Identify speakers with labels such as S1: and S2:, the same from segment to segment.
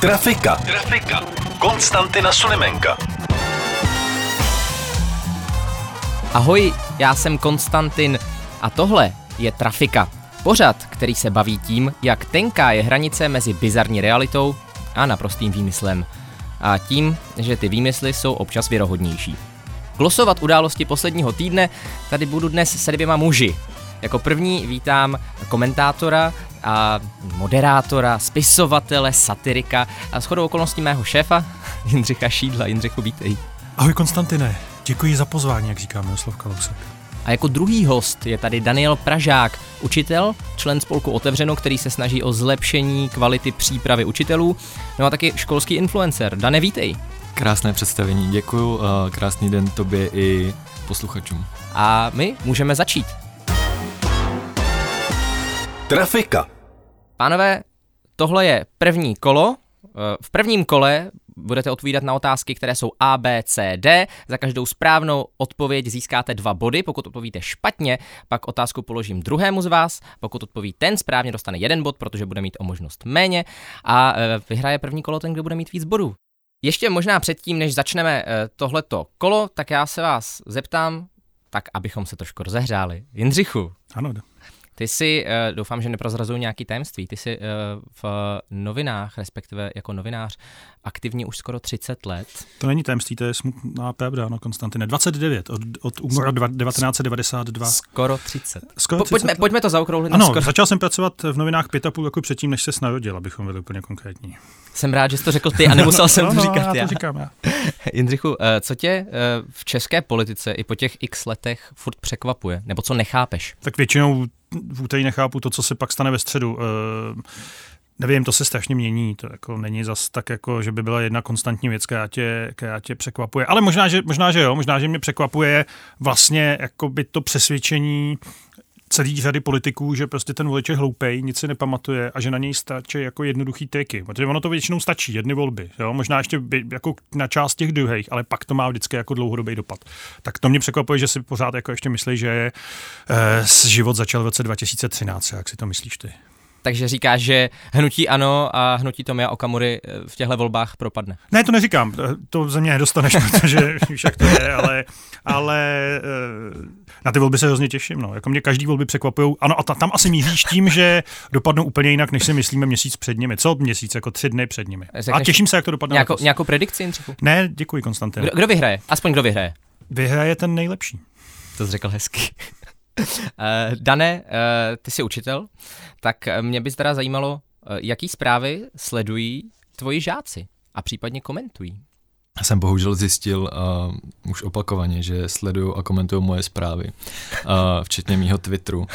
S1: Trafika. Trafika. Konstantina Sulimenka.
S2: Ahoj, já jsem Konstantin a tohle je Trafika. Pořad, který se baví tím, jak tenká je hranice mezi bizarní realitou a naprostým výmyslem. A tím, že ty výmysly jsou občas věrohodnější. Glosovat události posledního týdne tady budu dnes se dvěma muži. Jako první vítám komentátora a moderátora, spisovatele, satirika a shodou okolností mého šéfa, Jindřicha Šídla. Jindřichu, vítej.
S3: Ahoj Konstantine, děkuji za pozvání, jak říká Miroslav Kalousek.
S2: A jako druhý host je tady Daniel Pražák, učitel, člen spolku Otevřeno, který se snaží o zlepšení kvality přípravy učitelů, no a taky školský influencer. Dane, vítej.
S4: Krásné představení, děkuju, eh, krásný den tobě i posluchačům.
S2: A my můžeme začít.
S1: Trafika.
S2: Pánové, tohle je první kolo. Eh, V prvním kole budete odpovídat na otázky, které jsou A, B, C, D. Za každou správnou odpověď získáte dva body. Pokud odpovíte špatně, pak otázku položím druhému z vás. Pokud odpoví ten správně, dostane jeden bod, protože bude mít o možnost méně. A eh, vyhraje první kolo ten, kdo bude mít víc bodů. Ještě možná předtím, než začneme eh, tohleto kolo, tak já se vás zeptám, tak abychom se trošku rozehřáli. Jindřichu,
S3: Ano, d-
S2: ty jsi, eh, doufám, že neprozrazuju nějaký tajemství, ty jsi eh, v novinách, respektive jako novinář, aktivně už skoro 30 let.
S3: to není tajemství, to je smutná pravda, ano, Konstantine. 29 od, od února dva- 1992.
S2: Skoro 30.
S3: Skoro
S2: Po,
S3: 30
S2: pojďme,
S3: No. let.
S2: půjďme to zaokrouhlit na
S3: Ano,
S2: skoro.
S3: začal jsem pracovat v novinách pět a půl roku předtím, než se narodil, abychom byli úplně konkrétní.
S2: Jsem rád, že jsi to řekl ty a nemusel jsem
S3: no,
S2: to
S3: no,
S2: říkat
S3: já.
S2: já.
S3: To říkám já.
S2: Jindřichu, eh, co tě eh, v české politice i po těch x letech furt překvapuje? Nebo co nechápeš?
S3: Tak většinou v úterý nechápu to, co se pak stane ve středu. Eh, Nevím, to se strašně mění, to jako není zas tak, jako, že by byla jedna konstantní věc, která tě, která tě překvapuje. Ale možná že, možná, že jo, možná, že mě překvapuje vlastně jakoby to přesvědčení celý řady politiků, že prostě ten volič je hloupej, nic si nepamatuje a že na něj stačí jako jednoduchý triky. Protože ono to většinou stačí, jedny volby, jo? možná ještě by, jako na část těch druhých, ale pak to má vždycky jako dlouhodobý dopad. Tak to mě překvapuje, že si pořád jako ještě myslí, že eh, s- život začal v roce 2013, jak si to myslíš ty?
S2: Takže říkáš, že hnutí ano a hnutí Tomia Okamury eh, v těchto volbách propadne.
S3: Ne, to neříkám, eh, to ze mě nedostaneš, protože víš, jak to je, ale, ale eh, na ty volby se hrozně těším. No. Jako mě každý volby překvapují. Ano, a ta, tam asi míříš tím, že dopadnou úplně jinak, než si myslíme měsíc před nimi. Co měsíc, jako tři dny před nimi.
S2: Řekneš
S3: A těším se, jak No, to dopadne.
S2: Nějakou,
S3: letos.
S2: nějakou predikci, Jindřichu?
S3: Ne, děkuji, Konstantin.
S2: Kdo, kdo vyhraje? Aspoň kdo vyhraje?
S3: Vyhraje ten nejlepší.
S2: To jsi řekl hezky. Eh, Dane, eh, ty jsi učitel, tak eh, mě by teda zajímalo, eh, jaký zprávy sledují tvoji žáci a případně komentují.
S4: Já jsem bohužel zjistil uh, už opakovaně, že sleduju a komentuju moje zprávy, uh, včetně mýho Twitteru,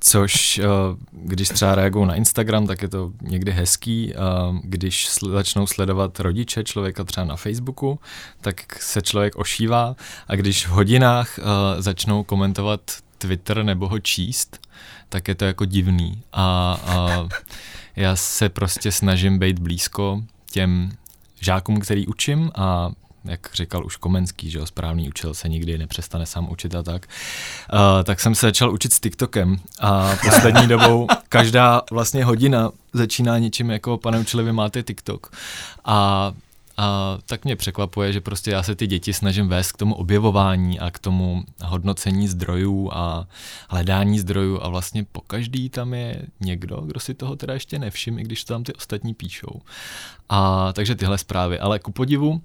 S4: což uh, když třeba reaguju na Instagram, tak je to někdy hezký. Uh, když sl- začnou sledovat rodiče člověka třeba na Facebooku, tak se člověk ošívá a když v hodinách uh, začnou komentovat Twitter nebo ho číst, tak je to jako divný. A, a já se prostě snažím být blízko těm žákům, který učím a jak říkal už Komenský, že jo, správný učitel se nikdy nepřestane sám učit a tak, uh, tak jsem se začal učit s TikTokem a poslední dobou každá vlastně hodina začíná něčím jako pane učili, vy máte TikTok a, a tak mě překvapuje, že prostě já se ty děti snažím vést k tomu objevování a k tomu hodnocení zdrojů a hledání zdrojů a vlastně po každý tam je někdo, kdo si toho teda ještě nevšiml, i když to tam ty ostatní píšou. A takže tyhle zprávy. Ale ku podivu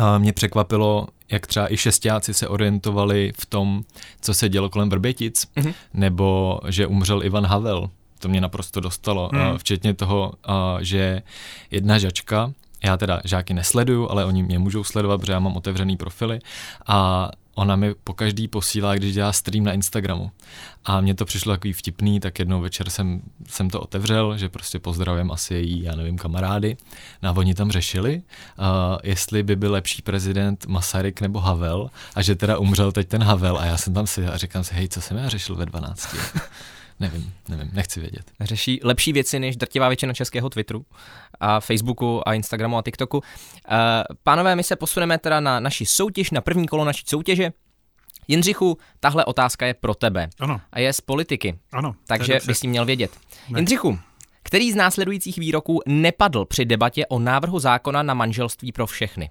S4: a mě překvapilo, jak třeba i šestiáci se orientovali v tom, co se dělo kolem Vrbětic,
S2: Mhm.
S4: mm-hmm. nebo že umřel Ivan Havel. To mě naprosto dostalo,
S3: Mhm.
S4: mm. včetně toho, a, že jedna žačka, já teda žáky nesleduju, ale oni mě můžou sledovat, protože já mám otevřený profily, a ona mi po každý posílá, když dělá stream na Instagramu. A mně to přišlo takový vtipný, tak jednou večer jsem, jsem to otevřel, že prostě pozdravím asi její, já nevím, kamarády. No a oni tam řešili, uh, jestli by byl lepší prezident Masaryk nebo Havel a že teda umřel teď ten Havel a já jsem tam si a říkám si, hej, co jsem já řešil ve 12. nevím, nevím, nechci vědět.
S2: řeší lepší věci než drtivá většina českého Twitteru a Facebooku a Instagramu a TikToku. Eh, Pánové, my se posuneme teda na naši soutěž, na první kolo naší soutěže. Jindřichu, tahle otázka je pro tebe
S3: Ano,
S2: a je z politiky,
S3: ano. to je
S2: takže
S3: dobře.
S2: bys tím měl vědět. Jindřichu, který z následujících výroků nepadl při debatě o návrhu zákona na manželství pro všechny?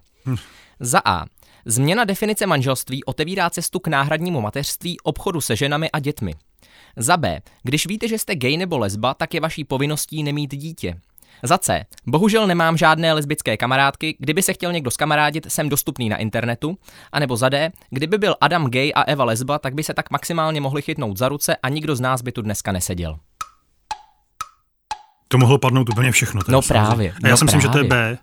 S2: Za A. Změna definice manželství otevírá cestu k náhradnímu mateřství, obchodu se ženami a dětmi. Za B. Když víte, že jste gay nebo lesba, tak je vaší povinností nemít dítě. Za C. Bohužel nemám žádné lesbické kamarádky, kdyby se chtěl někdo skamarádit, jsem dostupný na internetu. A nebo za D. Kdyby byl Adam gay a Eva lesba, tak by se tak maximálně mohli chytnout za ruce a nikdo z nás by tu dneska neseděl.
S3: To mohlo padnout úplně všechno. teda
S2: No
S3: samozřejmě.
S2: právě,
S3: A já
S2: no
S3: si myslím, že to je B.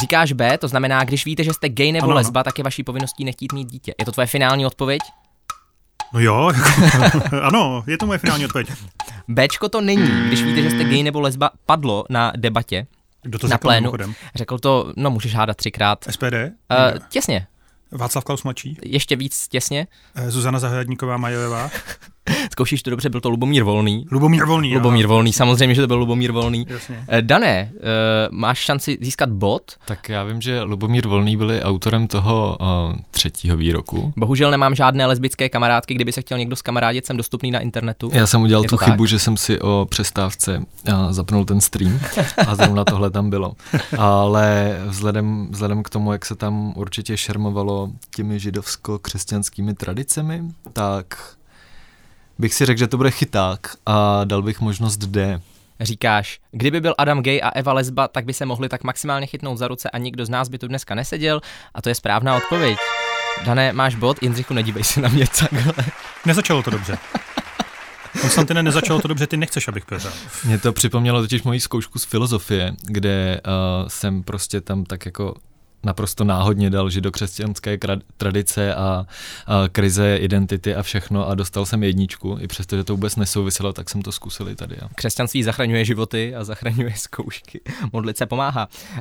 S2: Říkáš B, to znamená, když víte, že jste gay nebo
S3: Ano,
S2: ano,
S3: ano.
S2: lesba, tak je vaší povinností nechtít mít dítě. Je to tvoje finální odpověď?
S3: No jo, jako, ano, je to moje finální odpověď.
S2: Bčko to není, když víte, že jste gay nebo lesba, padlo na debatě,
S3: Kdo to
S2: na
S3: řekl
S2: plénu.
S3: mimochodem?
S2: Řekl to, no můžeš hádat třikrát.
S3: SPD?
S2: Uh, těsně,
S3: Václav Klaus mladší?
S2: ještě víc těsně.
S3: Eh, Zuzana Zahradníková Majová?
S2: Zkoušíš to dobře, byl to Lubomír Volný.
S3: Lubomír Volný. jo.
S2: Lubomír Volný, samozřejmě, že to byl Lubomír Volný.
S3: Jasně.
S2: Eh, Dané, uh, máš šanci získat bod?
S4: Tak já vím, že Lubomír Volný byl i autorem toho uh, třetího výroku.
S2: Bohužel nemám žádné lesbické kamarádky, kdyby se chtěl někdo skamarádit, jsem dostupný na internetu.
S4: Já jsem udělal
S2: Je
S4: tu
S2: to
S4: chybu, že jsem si o přestávce a, zapnul ten stream a zrovna tohle tam bylo. Ale vzhledem, vzhledem k tomu, jak se tam určitě šermovalo těmi židovsko-křesťanskými tradicemi, tak bych si řekl, že to bude chyták a dal bych možnost D.
S2: Říkáš, kdyby byl Adam gay a Eva lesba, tak by se mohli tak maximálně chytnout za ruce a nikdo z nás by tu dneska neseděl a to je správná odpověď. Dané, máš bod, Jindřichu, nedívej se na mě takhle.
S3: Nezačalo to dobře. Konstantine, nezačalo to dobře, ty nechceš, abych pěřel.
S4: Mě to připomnělo totiž moji zkoušku z filozofie, kde uh, jsem prostě tam tak jako naprosto náhodně dal židokřesťanské kra- tradice a, a krize identity a všechno a dostal jsem jedničku, i přesto, že to vůbec nesouviselo, tak jsem to zkusil i tady. Jo.
S2: Křesťanství zachraňuje životy a zachraňuje zkoušky. Modlit se pomáhá. Uh,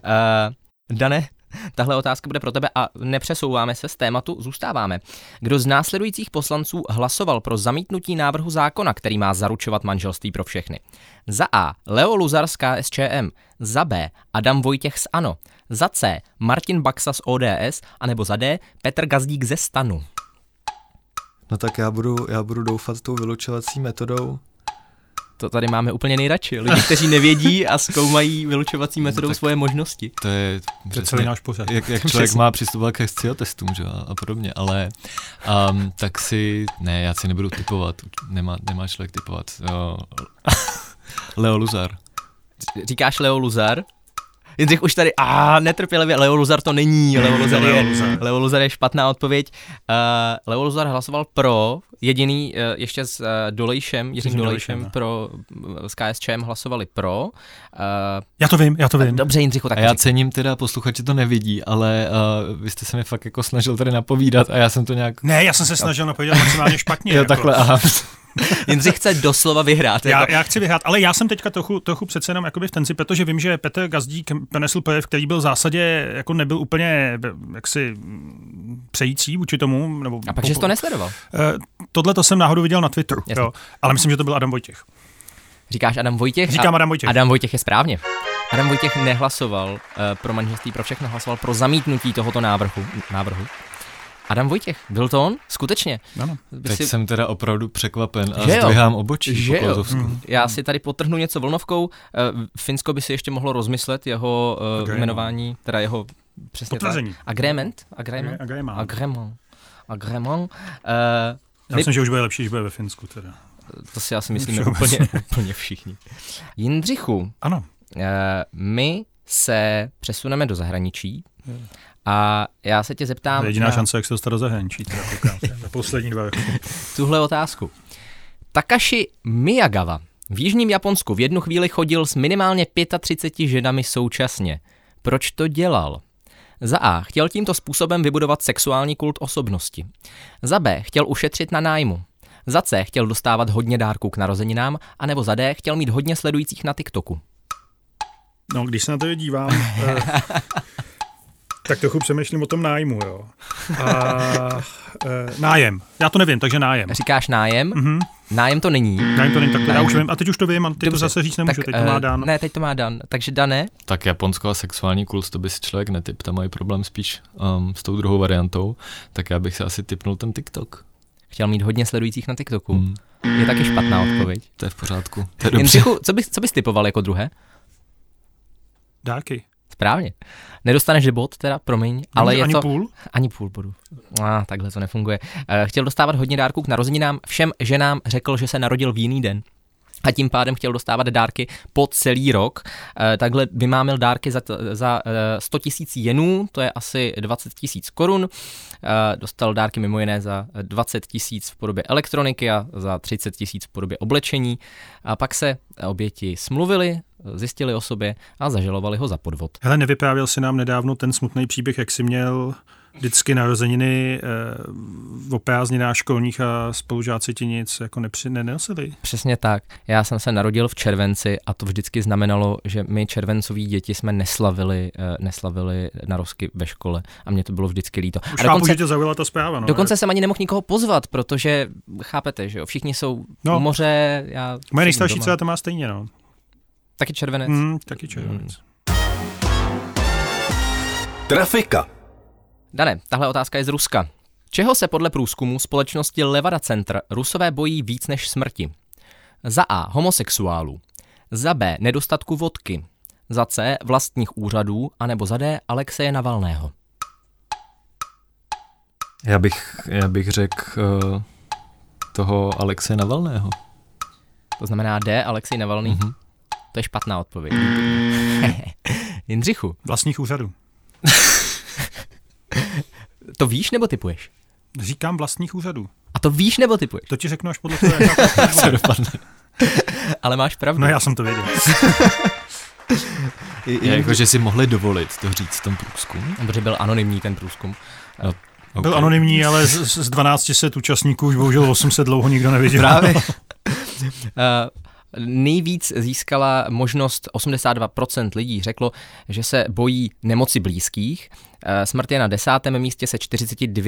S2: Dané, tahle otázka bude pro tebe a nepřesouváme se z tématu, zůstáváme. Kdo z následujících poslanců hlasoval pro zamítnutí návrhu zákona, který má zaručovat manželství pro všechny? Za A. Leo Luzar z KSČM. Za B. Adam Vojtěch z ANO. Za C. Martin Baxa z ODS. A nebo za D. Petr Gazdík ze STANu.
S4: No tak já budu, já budu doufat tou vylučovací metodou.
S2: To tady máme úplně nejradši. Lidi, kteří nevědí a zkoumají vylučovací metodou
S4: tak-
S2: svoje možnosti.
S4: To je
S3: To je celý náš pořad.
S4: jak, jak člověk má přistupovat ke sciotestům že, jo, a, a podobně, ale um, tak si, ne, já si nebudu typovat, nemá, nemá člověk typovat. Jo. Leo Luzar.
S2: říkáš Leo Luzar? Jindřich už tady, a netrpělivě, Leo Luzar to není, Leo Luzar
S3: Leo
S2: je,
S3: Luzar.
S2: Leo Luzar je špatná odpověď. Uh, Leo Luzar hlasoval pro, jediný uh, ještě s uh, Dolejšem, Jiřím
S3: Jiřím
S2: Dolejšem,
S3: Dolejšem, no.
S2: pro, mm, s KSČM hlasovali pro. Uh,
S3: Já to vím, já to vím.
S2: dobře Jindřichu, tak
S4: A já cením teda, posluchači to nevidí, ale uh, vy jste se mi fakt jako snažil tady napovídat a já jsem to nějak...
S3: Ne, já jsem se snažil napovědět maximálně špatně.
S4: Jo,
S3: jako.
S4: takhle, aha.
S2: Jindřich chce doslova vyhrát.
S3: Já,
S2: jako.
S3: já chci vyhrát, ale já jsem teďka trochu, trochu přece jenom jakoby v tenci, protože vím, že Petr Gazdík penesl projev, který byl v zásadě, jako nebyl úplně jaksi mm, přející vůči tomu. Nebo
S2: A pak, že jsi to nesledoval.
S3: Eh, Tohle to jsem náhodou viděl na Twitteru,
S2: Jasně.
S3: jo, ale myslím, že to byl Adam Vojtěch.
S2: Říkáš Adam Vojtěch?
S3: Říkám
S2: a-
S3: Adam Vojtěch.
S2: Adam Vojtěch je správně. Adam Vojtěch nehlasoval uh, pro manželství pro všechno, hlasoval pro zamítnutí tohoto návrhu. návrhu. Adam Vojtěch, byl to on? Skutečně.
S3: Ano.
S2: By
S4: Teď
S2: si-
S4: jsem teda opravdu překvapen a
S2: Že jo?
S4: zdvihám obočí
S2: Že
S4: po
S2: jo?
S4: Klausovsku.
S3: Hmm.
S2: Já si tady potrhnu něco vlnovkou. Eh, Finsko by si ještě mohlo rozmyslet jeho uh,
S3: Agreement.
S2: jmenování, teda jeho přesně
S3: Potvrzení.
S2: tak. Agreement? Agreement?
S3: A kde má?
S2: Agreement. Agreement. Eh, my-
S3: Já myslím, že už bude lepší, že bude ve Finsku teda.
S2: to si asi myslíme úplně,
S3: Všeobecně.
S2: úplně všichni. Jindřichu,
S3: Ano,
S2: Eh, my se přesuneme do zahraničí a já se tě zeptám
S3: Hmm. to je jediná
S2: na
S3: šance, jak se dostat do zahraničí. Teda, koukám se na poslední dva roky.
S2: tuhle otázku. Takashi Miyagawa v Jižním Japonsku v jednu chvíli chodil s minimálně 35 ženami současně. Proč to dělal? Za A. Chtěl tímto způsobem vybudovat sexuální kult osobnosti. Za B. Chtěl ušetřit na nájmu. Za C. Chtěl dostávat hodně dárků k narozeninám, anebo za D. Chtěl mít hodně sledujících na TikToku.
S3: No, když se na to dívám, eh, tak trochu přemýšlím o tom nájmu, jo. A, eh, nájem. Já to nevím, takže nájem.
S2: Říkáš nájem?
S3: Mhm.
S2: Mm-hmm. Nájem to není.
S3: Nájem to není tak, to já už vím. A teď už to vím, a teď to
S2: Dobře,
S3: zase říct nemůžu, teď to
S2: eh,
S3: má dán.
S2: Ne, teď to má Dan. Takže Dané,
S4: Tak Japonsko a sexuální kult, to by si člověk netyp, tam mají problém spíš um, s tou druhou variantou, tak já bych se asi typnul ten TikTok.
S2: chtěl mít hodně sledujících na TikToku. Mm. Je taky špatná odpověď.
S4: To je v pořádku, to je
S2: Jen
S4: dobře.
S2: Jindřichu, co bys, co bys typoval jako druhé?
S3: Dárky.
S2: Správně. Nedostaneš bod, teda, promiň, ale je
S3: ani
S2: to...
S3: půl?
S2: Ani půl bodu. A, takhle to nefunguje. Eh, Chtěl dostávat hodně dárků k narozeninám, všem ženám řekl, že se narodil v jiný den. A tím pádem chtěl dostávat dárky po celý rok. Eh, Takhle vymámil dárky za, t- za eh, 100 tisíc jenů, to je asi 20 tisíc korun. Eh, Dostal dárky mimo jiné za 20 tisíc v podobě elektroniky a za 30 tisíc v podobě oblečení. A pak se oběti smluvili, zjistili o sobě a zažalovali ho za podvod.
S3: Hele, nevyprávěl si nám nedávno ten smutný příběh, jak si měl vždycky narozeniny eh, o prázdninách školních a spolužáci ti nic jako nepři, nenosili.
S2: Přesně tak. Já jsem se narodil v červenci a to vždycky znamenalo, že my červencoví děti jsme neslavili, eh, neslavili narozky ve škole a mě to bylo vždycky líto.
S3: Už
S2: A
S3: chápu, dokonce,
S2: dokonce,
S3: že tě zaujala ta zpráva. No.
S2: dokonce jsem ani nemohl nikoho pozvat, protože chápete, že jo, všichni jsou no.
S3: No.
S2: moře, já...
S3: Moje nejstarší
S2: doma.
S3: dcera to má stejně, no.
S2: Taky červenec. Mm.
S3: Hmm, taky červenec.
S1: Trafika.
S2: Dane, tahle otázka je z Ruska. Čeho se podle průzkumu společnosti Levada Center rusové bojí víc než smrti? Za A. Homosexuálů. Za B. Nedostatku vodky. Za C. Vlastních úřadů. A nebo za D. Alexeje Navalného.
S4: Já bych, já bych řekl uh, toho Alexe Navalného.
S2: To znamená D. Alexej Navalný. Mm-hmm. To je špatná odpověď. Jindřichu,
S3: Vlastních úřadů.
S2: to víš nebo typuješ?
S3: Říkám vlastních úřadů.
S2: A to víš nebo typuješ?
S3: To ti řeknu až podle toho, jak já to
S4: Co dopadne?
S2: Ale máš pravdu.
S3: No já jsem to věděl.
S4: Já jako, že si mohli dovolit to říct v tom průzkumu.
S2: Protože byl anonymní ten průzkum.
S4: Okay.
S3: Byl anonymní, ale z, z z 1200 účastníků už bohužel 800 dlouho nikdo nevěděl.
S2: Právě. Uh, nejvíc získala možnost 82% lidí řeklo, že se bojí nemoci blízkých. Eh, Smrt je na desátém místě se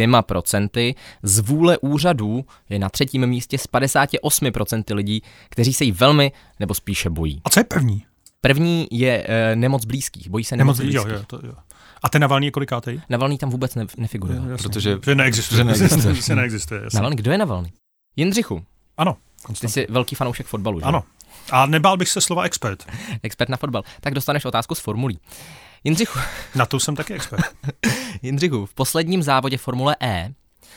S2: 42%, z vůle úřadů je na třetím místě s 58% lidí, kteří se jí velmi nebo spíše bojí.
S3: A co je první?
S2: První je eh, nemoc blízkých, bojí se nemoc,
S3: Nemoc,
S2: nemoc
S3: jo,
S2: blízkých.
S3: jo, to, jo. A ten Navalný je kolikátej?
S2: Navalný tam vůbec ne- nefiguroval.
S3: Jasně.
S4: Protože
S3: Že neexistuje.
S4: Že neexistuje.
S3: Že neexistuje jasně.
S2: Navalný, kdo je Navalný? Jindřichu,
S3: Ano.
S2: ty
S3: Konstant.
S2: jsi velký fanoušek fotbalu, že?
S3: Ano. A nebál bych se slova expert.
S2: Expert na fotbal. Tak dostaneš otázku z formulí. Jindřichu,
S3: Na to jsem taky expert.
S2: Jindřichu, v posledním závodě Formule E,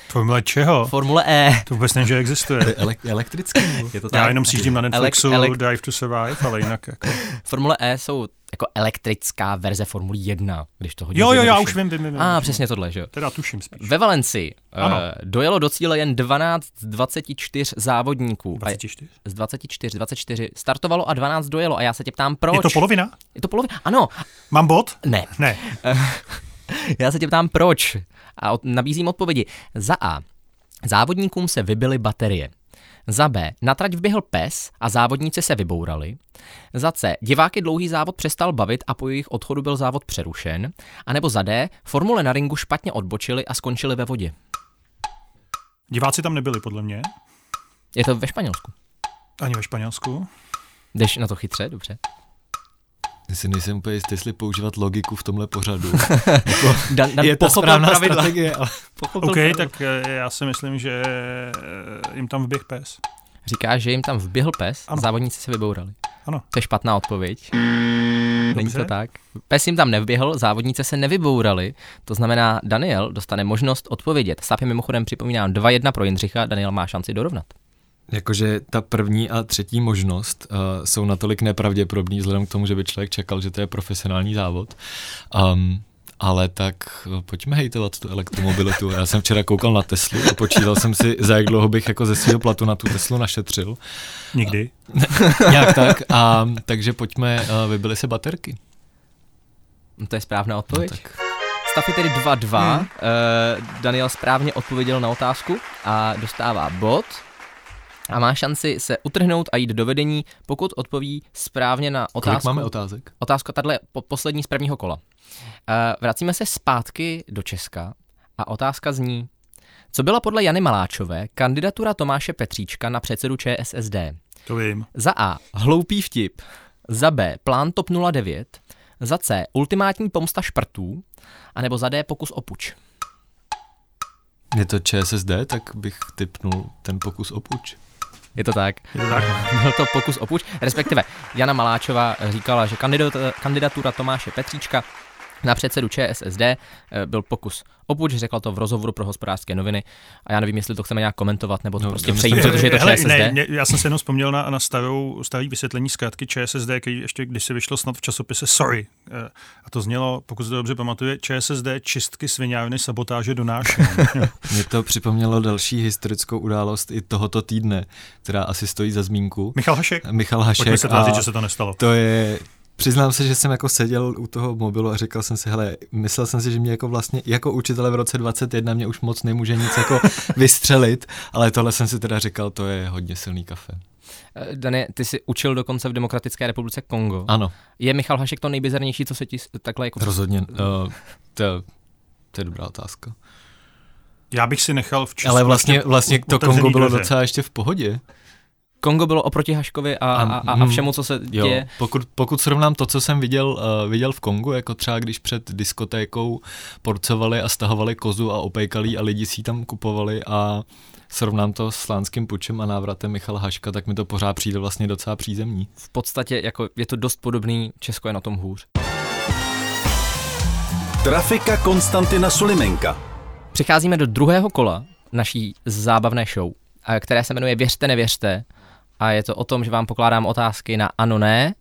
S3: Formule čeho?
S2: Formule E,
S3: To vůbec nevím, že existuje.
S4: elek- elektrický. nebo-
S2: je to tak,
S3: Já jenom sjíždím na Netflixu
S2: Elek- elek-
S3: Drive to Survive, ale jinak jako...
S2: Formule E jsou jako elektrická verze Formule 1, když to hodíš.
S3: Jo, jo, já
S2: zjednodušeně.
S3: už vím, vím, vím. vím.
S2: A ah, přesně tohle, že jo.
S3: Teda tuším spíš.
S2: Ve Valencii
S3: Ano.
S2: eh, dojelo do cíle jen 12 z 24 závodníků. A je-
S3: 24.
S2: z 24, 24 startovalo a 12 dojelo a já se tě ptám proč.
S3: Je to polovina?
S2: Je to polovina? Ano,
S3: Mám bod?
S2: ne.
S3: Ne.
S2: Já se tě ptám proč a od, nabízím odpovědi. Za A. Závodníkům se vybily baterie. Za B. Na trať vběhl pes a závodníci se vybourali. Za C. Diváky dlouhý závod přestal bavit a po jejich odchodu byl závod přerušen. A nebo za D. Formule na ringu špatně odbočili a skončili ve vodě.
S3: Diváci tam nebyli, podle mě.
S2: Je to ve Španělsku.
S3: Ani ve Španělsku.
S2: Jdeš na to chytře, dobře.
S4: Já si nejsem úplně jistý, jestli používat logiku v tomhle pořadu.
S2: Dan, dan
S4: je to
S2: pochopil
S4: správná
S2: pravidla.
S4: strategie, ale...
S2: Pochopil
S3: OK,
S2: pravidla.
S3: tak eh, já si myslím, že eh, jim tam vběh pes.
S2: Říká, že jim tam vběhl pes a
S3: Ano.
S2: závodníci se vybourali.
S3: Ano.
S2: To je špatná odpověď. Není to
S3: Dobře.
S2: tak. Pes jim tam nevběhl, závodnice se nevybourali, to znamená, Daniel dostane možnost odpovědět. Stav je mimochodem připomínám 2-1 pro Jindřicha, Daniel má šanci dorovnat.
S4: Jakože ta první a třetí možnost uh, jsou natolik nepravděpodobný, vzhledem k tomu, že by člověk čekal, že to je profesionální závod. Um, ale tak eh, pojďme hejtovat tu elektromobilitu. Já jsem včera koukal na Teslu a počítal jsem si, za jak dlouho bych jako ze svého platu na tu Teslu našetřil.
S3: Nikdy.
S4: Nějak tak. ehm, A, takže pojďme, uh, vybily se eh, baterky.
S2: No, To je správná odpověď.
S4: tak.
S2: stav je tedy 2-2. Hmm. Daniel správně odpověděl na otázku a dostává bod. A má šanci se utrhnout a jít do vedení, pokud odpoví správně na otázku.
S4: Kolik máme otázek?
S2: Otázka tato je po- poslední z prvního kola. Uh, vracíme se zpátky do Česka a otázka zní, co byla podle Jany Maláčové kandidatura Tomáše Petříčka na předsedu ČSSD?
S3: To vím.
S2: Za A. Hloupý vtip. Za B. Plán TOP 09. Za C. Ultimátní pomsta šprtů. A nebo za D. Pokus o puč.
S4: Je to ČSSD, tak bych typnul ten pokus o puč.
S2: Je to tak.
S3: Je to tak?
S2: Byl to pokus o puč, respektive Jana Maláčová říkala, že kandidat- kandidatura Tomáše Petříčka na předsedu ČSSD eh, byl pokus o puč, řekla to v rozhovoru pro hospodářské noviny a já nevím, jestli to chceme nějak komentovat, nebo to
S4: No,
S2: prostě
S4: já
S2: přejít,
S4: myslím,
S2: protože je to
S3: Hele,
S2: ČSSD.
S3: ne, ne, já jsem se jenom vzpomněl na, na starou, starý vysvětlení zkrátky ČSSD, který ještě když se vyšlo snad v časopise Sorry. Eh, A to znělo, pokud se to dobře pamatuje, ČSSD čistky sviňárny sabotáže donáší.
S4: Mě to připomnělo další historickou událost i tohoto týdne, která asi stojí za zmínku.
S3: Michal Hašek?
S4: Michal
S3: Pojďme
S4: Hašek.
S3: se
S4: a
S3: tvářit, že se to nestalo.
S4: To je... Přiznám se, že jsem jako seděl u toho mobilu a říkal jsem si, hele, myslel jsem si, že mě jako vlastně, jako učitele v roce 21 mě už moc nemůže nic jako vystřelit, ale tohle jsem si teda říkal, to je hodně silný kafe.
S2: Eh, Dane, ty jsi učil dokonce v Demokratické republice Kongo.
S4: Ano,
S2: Je Michal Hašek to nejbizarnější, co se ti s- takhle jako...
S4: rozhodně. Uh, to, to je dobrá otázka.
S3: Já bych si nechal v Česku
S4: Ale vlastně,
S3: ještě
S4: vlastně to
S3: otevřený
S4: Kongo bylo
S3: dveře.
S4: docela ještě v pohodě.
S2: Kongo bylo oproti Haškovi a,
S4: A-
S2: a, a, a
S4: mm,
S2: všemu, co se
S4: Jo,
S2: děje.
S4: pokud, pokud srovnám to, co jsem viděl, uh, viděl v Kongu, jako třeba když před diskotékou porcovali a stahovali kozu a opejkali a lidi si ji tam kupovali a srovnám to s slánským pučem a návratem Michala Haška, tak mi to pořád přijde vlastně docela přízemní.
S2: v podstatě jako je to dost podobný, Česko je na tom hůř.
S1: Trafika Konstantina Sulimenka.
S2: Přicházíme do druhého kola naší zábavné show, a které se jmenuje Věřte, nevěřte. A je to o tom, že vám pokládám otázky na ano, ne.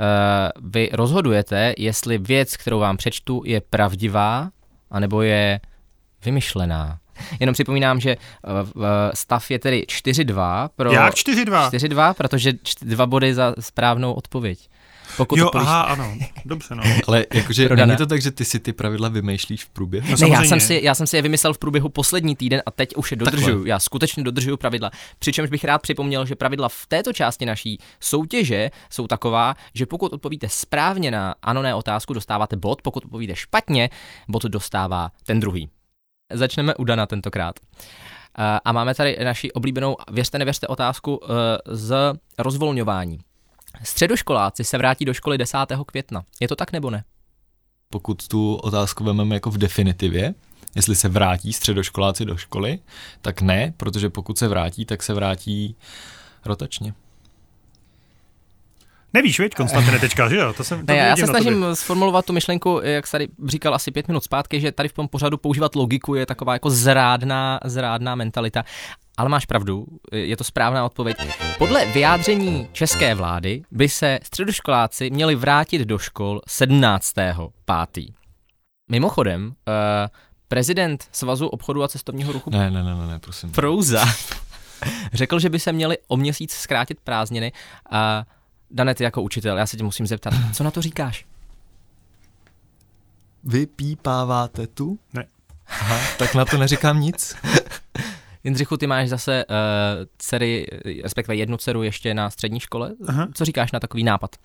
S2: Eh, Vy rozhodujete, jestli věc, kterou vám přečtu, je pravdivá, anebo je vymyšlená. Jenom připomínám, že eh, v- stav je tedy 4-2 pro...
S3: Jak 4-2?
S2: 4-2, protože čty- dva body za správnou odpověď. Pokud
S3: Jo,
S2: odpovíš
S3: aha, ano, dobře, no.
S4: Ale jakože
S2: Prodané.
S4: není to tak, že ty si ty pravidla vymýšlíš v průběhu?
S3: No
S2: Ne, já
S3: samozřejmě.
S2: jsem, si, já jsem si je vymyslel v průběhu poslední týden a teď už je dodržuju.
S4: Takhle.
S2: Já skutečně dodržuju pravidla. Přičemž bych rád připomněl, že pravidla v této části naší soutěže jsou taková, že pokud odpovíte správně na ano ne otázku, dostáváte bod, pokud odpovíte špatně, bod dostává ten druhý. Začneme u Dana tentokrát. Eh, A máme tady naši oblíbenou, věřte, nevěřte otázku eh, z rozvolňování. Středoškoláci se vrátí do školy 10. května. Je to tak nebo ne?
S4: Pokud tu otázku vezmeme jako v definitivě, jestli se vrátí středoškoláci do školy, tak ne, protože pokud se vrátí, tak se vrátí rotačně.
S3: Nevíš, viď, Konstantine, teďka, že jo? To jsem, to
S2: Ne, já
S3: vidím
S2: se
S3: na tobě.
S2: snažím sformulovat tu myšlenku, jak jsi tady říkal asi pět minut zpátky, že tady v tom pořadu používat logiku je taková jako zrádná, zrádná mentalita. Ale máš pravdu, je to správná odpověď. Podle vyjádření české vlády by se středoškoláci měli vrátit do škol 17. 5. Mimochodem, eh, prezident Svazu obchodu a cestovního ruchu
S4: Ne, ne, ne, ne, ne prosím.
S2: Prouza řekl, že by se měli o měsíc zkrátit prázdniny. A Dane, ty jako učitel, já se tě musím zeptat, co na to říkáš?
S4: Vypípáváte tu?
S3: Ne.
S4: Aha, tak na to neříkám nic.
S2: Jindřichu, ty máš zase uh, dcery, eh, respektive jednu dceru ještě na střední škole.
S3: Aha.
S2: Co říkáš na takový nápad?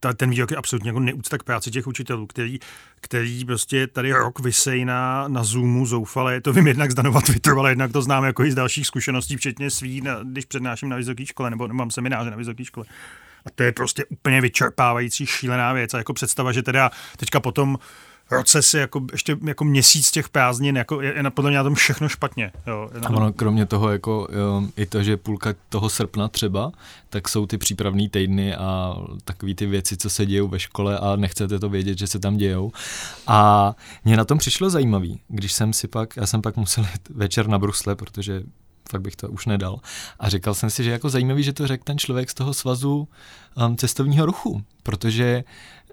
S3: ta, ten výrok je absolutně jako neúcta k práci těch učitelů, který, který prostě tady rok vysej na, na Zoomu zoufale. To vím jednak z Danova Twitteru, ale jednak to znám jako i z dalších zkušeností, včetně svý, na, když přednáším na vysoké škole nebo mám semináře na vysoké škole. A to je prostě úplně vyčerpávající, šílená věc. A jako představa, že teda teďka potom roce si jako ještě jako měsíc těch prázdnin, jako je, je na- podle mě na tom všechno špatně. Jo, je na
S4: A
S3: tom,
S4: ono, kromě toho, jako um, i to, že půlka toho srpna třeba, tak jsou ty přípravné týdny a takové ty věci, co se dějou ve škole a nechcete to vědět, že se tam dějou. A mě na tom přišlo zajímavý, když jsem si pak, já jsem pak musel jet večer na brusle, protože fakt bych to už nedal. A říkal jsem si, že jako zajímavý, že to řekl ten člověk z toho svazu um, cestovního ruchu, protože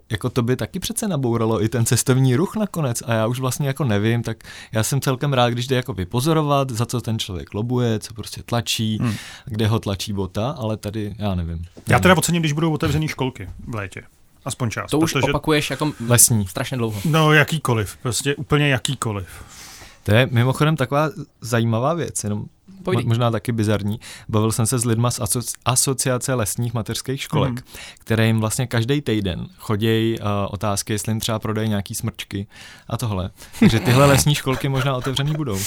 S4: jako to by taky přece nabouralo i ten cestovní ruch nakonec a já už vlastně jako nevím, tak já jsem celkem rád, když jde jako vypozorovat, za co ten člověk lobuje, co prostě tlačí, hmm. kde ho tlačí bota, ale tady já nevím.
S3: já teda ocením, když budou otevřený školky v létě. Aspoň část.
S2: Hmm. To už
S3: protože...
S2: opakuješ jako m-
S4: Lesní.
S2: strašně dlouho.
S3: No jakýkoliv, prostě úplně jakýkoliv.
S4: To je mimochodem taková zajímavá věc, jenom
S2: Povídej.
S4: mo- možná taky bizarní. Bavil jsem se s lidma z aso- asociace lesních mateřských školek, mm. které jim vlastně každý týden chodějí uh, otázky, jestli jim třeba prodají nějaký smrčky a tohle. Takže tyhle lesní školky možná otevřený budou.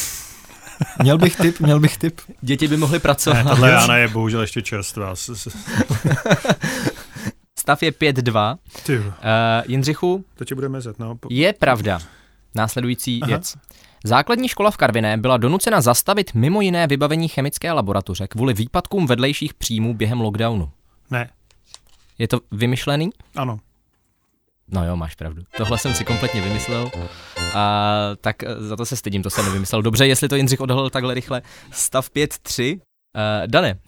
S4: Měl bych tip, měl bych tip.
S2: Děti by mohly pracovat.
S3: Ne, tahle rána je bohužel ještě čerstvá. S- s-
S2: Stav je 5-2.
S3: Ty,
S2: Uh, Jindřichu,
S3: to tě bude mezet, no. Po-
S2: je pravda následující Aha. věc. Základní škola v Karviné byla donucena zastavit mimo jiné vybavení chemické laboratoře kvůli výpadkům vedlejších příjmů během lockdownu.
S3: Ne,
S2: Je to vymyšlený?
S3: ano.
S2: No jo, máš pravdu. Tohle jsem si kompletně vymyslel. A tak eh, za to se stydím, to jsem nevymyslel. Dobře, jestli to Jindřich odhalil takhle rychle. Stav 5-3. Uh, Dane,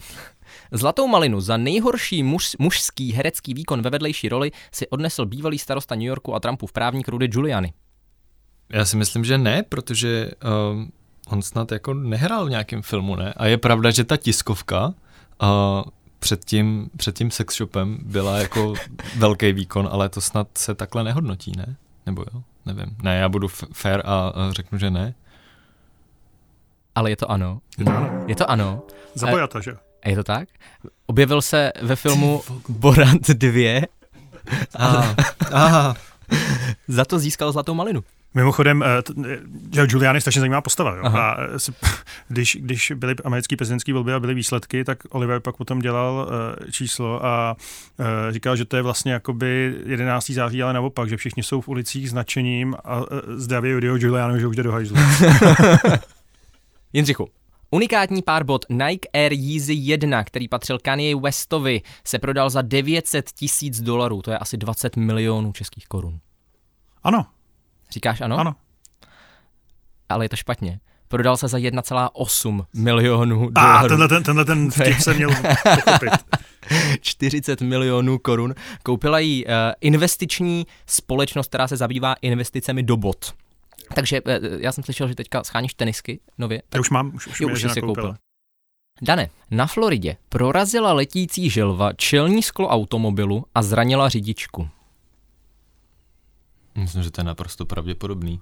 S2: Zlatou malinu za nejhorší muž, mužský herecký výkon ve vedlejší roli si odnesl bývalý starosta New Yorku a Trumpův právník Rudy Giuliani.
S4: Já si myslím, že ne, protože um, on snad jako nehrál v nějakém filmu, ne? A je pravda, že ta tiskovka uh, před, tím, před tím sex shopem byla jako velký výkon, ale to snad se takhle nehodnotí, ne? Nebo jo? Nevím. Ne, já budu f- fair a uh, řeknu, že ne.
S2: Ale je to ano. Je to ano.
S3: Zabojata, že?
S2: A je to tak? Objevil se ve filmu Borat 2,
S4: Ah, ah,
S2: za to získal zlatou malinu.
S3: Mimochodem, eh, t- eh, že Giuliani je strašně zajímavá postava. Jo?
S2: Aha.
S3: A eh, si- když, když byly americké prezidentské volby a byly výsledky, tak Oliver pak potom dělal eh, číslo a eh, říkal, že to je vlastně jakoby 11. září, ale naopak, že všichni jsou v ulicích značením a eh, zdraví Rudyho Giuliani, že už jde do hajzlu.
S2: Jindřichu, unikátní párbot Nike Air Yeezy 1, který patřil Kanye Westovi, se prodal za 900 tisíc dolarů, to je asi 20 milionů českých korun.
S3: Ano,
S2: Říkáš ano?
S3: ano.
S2: Ale je to špatně. Prodal se za 1,8 milionů
S3: A
S2: dolarů.
S3: tenhle ten, tenhle ten vtip jsem měl pochopit.
S2: 40 milionů korun. Koupila ji uh, investiční společnost, která se zabývá investicemi do bot. Takže eh, já jsem slyšel, že teďka scháníš tenisky nově.
S3: Já už mám, už, už,
S2: Jo,
S3: mě
S2: už
S3: žena
S2: jsi
S3: koupila.
S2: koupil. Dane, na Floridě prorazila letící želva čelní sklo automobilu a zranila řidičku.
S4: myslím, že to je naprosto pravděpodobný.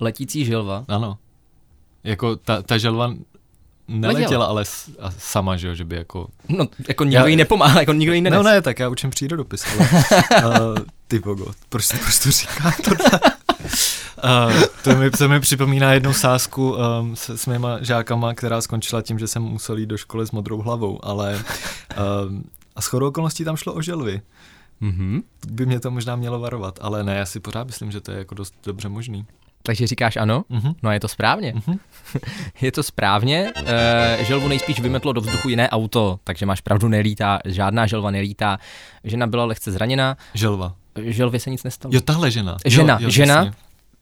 S2: Letící želva?
S4: Ano. Jako ta, ta želva
S2: Letěla.
S4: neletěla, ale s, a sama, že, jo, že by jako...
S2: No, jako nikdo
S4: Já-
S2: jí nepomáhá, jako nikdo jí nenes.
S4: No ne, tak já učím přírodopis, ale uh, ty bogo, proč jsi prostě říká tohle? Uh, to, mi, to mi připomíná jednou sázku um, s, s mýma žákama, která skončila tím, že jsem musel jít do školy s modrou hlavou, ale um, a shodou okolností tam šlo o želvy.
S2: Mhm.
S4: By mě to možná mělo varovat, ale ne, já si pořád myslím, že to je jako dost dobře možný.
S2: Takže říkáš ano?
S4: Mhm.
S2: No je to správně. je to správně. Eh, želvu nejspíš vymetlo do vzduchu jiné auto, takže máš pravdu, nelítá, žádná želva nelítá. Žena byla lehce zraněna,
S4: Želva.
S2: želvě se nic nestalo.
S4: Jo, tahle žena.
S2: Žena,
S4: jo, jo,
S2: žena.
S4: jasně.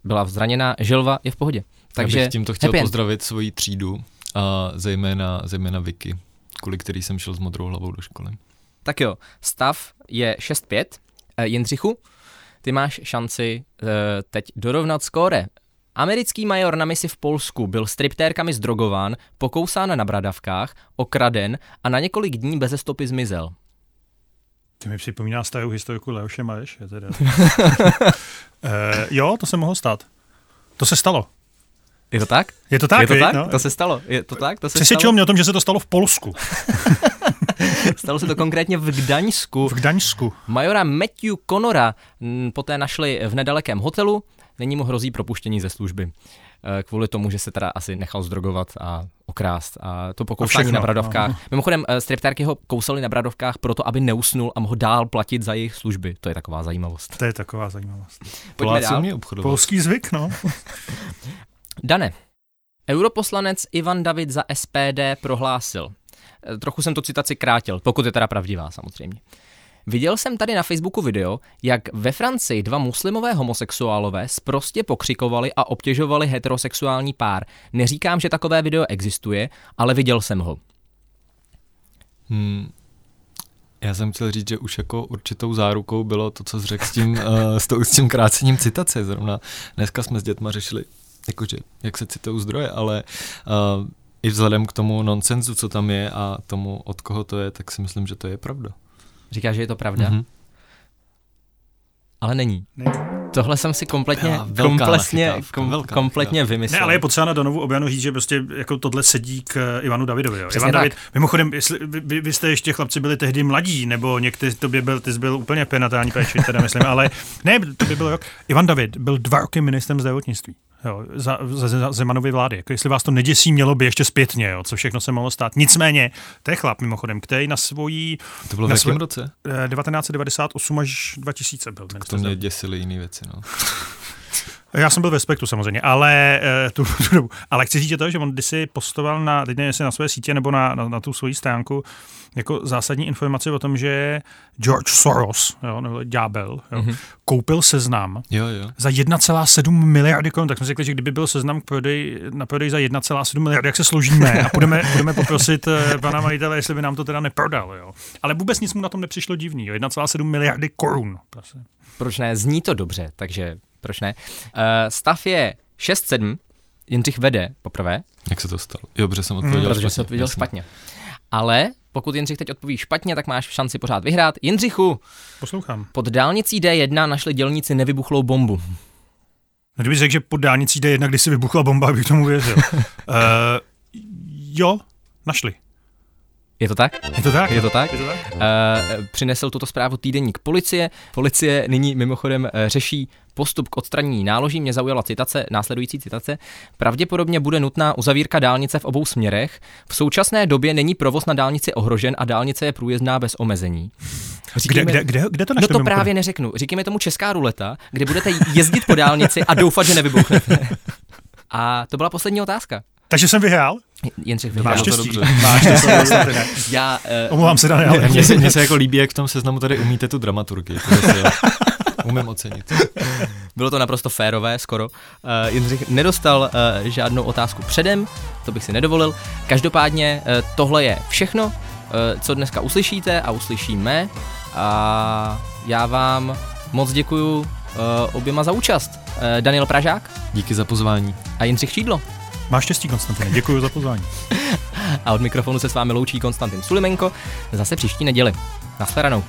S2: Byla zraněna, želva je v pohodě. Takže
S4: Takže já bych tímto chtěl
S2: happy end.
S4: pozdravit svoji třídu, a zejména, zejména Vicky, kvůli který jsem šel s modrou hlavou do školy.
S2: Tak jo, stav je 6-5. Eh, Jindřichu, ty máš šanci eh, teď dorovnat skóre. Americký major na misi v Polsku byl striptérkami zdrogován, pokousán na bradavkách, okraden a na několik dní beze stopy zmizel.
S3: Ty mi připomíná starou historiku Leoše Mareše. Teda. Eh, jo, to se mohlo stát. To se stalo.
S2: Je to tak?
S3: Je to tak,
S2: je to
S3: viď?
S2: tak?
S3: No.
S2: To se stalo. Je to tak? To se
S3: Přesvědčilo mě o tom, že se to stalo v Polsku,
S2: stalo. stalo se to konkrétně v Gdaňsku.
S3: v Gdaňsku.
S2: Majora Matthew Conora m, poté našli v nedalekém hotelu, nyní mu hrozí propuštění ze služby. Eh, Kvůli tomu, že se teda asi nechal zdrogovat a okrást. A to
S3: A
S2: pokoušení
S3: všechno,
S2: na bradovkách. Mimochodem, eh, striptárky ho kousali na bradovkách proto, aby neusnul a mohl dál platit za jejich služby. To je taková zajímavost.
S3: To je taková zajímavost.
S2: Pojďme
S4: Poláci
S2: dál.
S4: mě obchodovat.
S3: Polský zvyk, no.
S2: Dane, europoslanec Ivan David za SPD prohlásil, eh, trochu jsem tu citaci krátil, pokud je teda pravdivá samozřejmě. Viděl jsem tady na Facebooku video, jak ve Francii dva muslimové homosexuálové sprostě pokřikovali a obtěžovali heterosexuální pár. Neříkám, že takové video existuje, ale viděl jsem ho.
S4: Hmm. Já jsem chtěl říct, že už jako určitou zárukou bylo to, co jsi řekl s tím, uh, s, tou, s tím krácením citace. Zrovna dneska jsme s dětma řešili, jakože, jak se citují zdroje, ale uh, i vzhledem k tomu nonsenzu, co tam je a tomu, od koho to je, tak si myslím, že to je pravda.
S2: Říká, že je to pravda. Mm-hmm. ale není.
S3: Ne.
S2: Tohle jsem si kompletně,
S4: Byla velká
S2: kompletně,
S4: nachytávka,
S2: kom,
S4: velká
S2: kompletně vymyslel.
S3: Ne, ale je potřeba na Donovu Objanu říct, že prostě jako tohle sedí k eh, Ivanu Davidovi. Jo.
S2: Přesně
S3: Ivan
S2: tak.
S3: David, mimochodem, jestli, vy- vy, vy, jste ještě chlapci byli tehdy mladí, nebo někteří, to by byl, ty jsi byl úplně v penatální péči, teda myslím, ale ne, to by byl rok. Ivan David byl dva roky ministrem zdravotnictví. Jo, za, za, za Zemanovy vlády. Jako jestli vás to neděsí, mělo by ještě zpětně, jo, co všechno se mohlo stát. Nicméně, to je chlap mimochodem, který na svojí
S4: To bylo v
S3: Na
S4: jakém
S3: svoj-
S4: roce?
S3: eh, 1998 až 2000 byl
S4: To
S3: ministrem
S4: mě děsily jiné věci, no.
S3: Já jsem byl ve Spektu samozřejmě, ale, eh, tu, tu dobu. ale chci říct že to, že on kdysi postoval na, teď nevím, jestli na své sítě nebo na, na, na tu svoji stránku, jako zásadní informaci o tom, že George Soros, jo, nebo ďábel, jo, mm-hmm. koupil seznam
S4: Jo, jo.
S3: za 1,7 miliardy korun. Tak jsme si řekli, že kdyby byl seznam k prodej, na prodej za 1,7 miliardy, jak se složíme a budeme, budeme poprosit eh, pana majitele, jestli by nám to teda neprodal. Jo. Ale vůbec nic mu na tom nepřišlo divný. Jo. 1,7 miliardy korun. Prostě.
S2: Proč ne? Zní to dobře, takže proč ne? Eh, Stav je 6-7, Jindřich vede poprvé,
S4: Jak se to stalo? Jo, protože jsem odpověděl
S2: Hmm, protože jsi odpověděl špatně. Ale pokud Jindřich teď odpoví špatně, tak máš šanci pořád vyhrát. Jindřichu,
S3: Poslouchám.
S2: pod dálnicí D1 našli dělníci nevybuchlou bombu.
S3: No, kdyby řekl, že pod dálnicí jde jedna, když si vybuchla bomba, abych tomu věřil. uh, jo, našli.
S2: Je to tak?
S3: Je to tak?
S2: Je to tak?
S3: Je to tak?
S2: Eh, přinesl tuto zprávu týdenník policie. Policie nyní mimochodem eh, řeší postup k odstranění náloží. Mě zaujala citace, následující citace. Pravděpodobně bude nutná uzavírka dálnice v obou směrech. V současné době není provoz na dálnici ohrožen a dálnice je průjezdná bez omezení.
S3: Kde,
S2: Říkejme-
S3: kde, kde, kde to
S2: No
S3: našli?
S2: to
S3: mimochodem?
S2: právě neřeknu. Říkejme tomu česká ruleta, kde budete jezdit po dálnici a doufat, že nevybuchnete. A to byla poslední otázka.
S3: Takže jsem vyhrál?
S2: Jindřich
S3: Máš
S2: vyhrál.
S4: to
S3: štěstí.
S4: dobře.
S3: Máš štěstí. vlastně teda.
S2: Já, eh,
S3: Omlouvám se, Daniel.
S4: Mně se, mně se jako líbí, jak v tom seznamu tady umíte tu dramaturgii. To zase, jo. Umím ocenit.
S2: Bylo to naprosto férové, skoro. Uh, Jindřich nedostal uh, žádnou otázku předem, to bych si nedovolil. Každopádně uh, tohle je všechno, uh, co dneska uslyšíte a uslyšíme. A já vám moc děkuju uh, oběma za účast. Uh, Daniel Pražák
S4: Díky za pozvání.
S2: a Jindřich Šídlo.
S3: Máš štěstí, Konstantin. Děkuji za pozvání.
S2: A od mikrofonu se s vámi loučí Konstantin Sulimenko. Zase příští neděli. Nashledanou.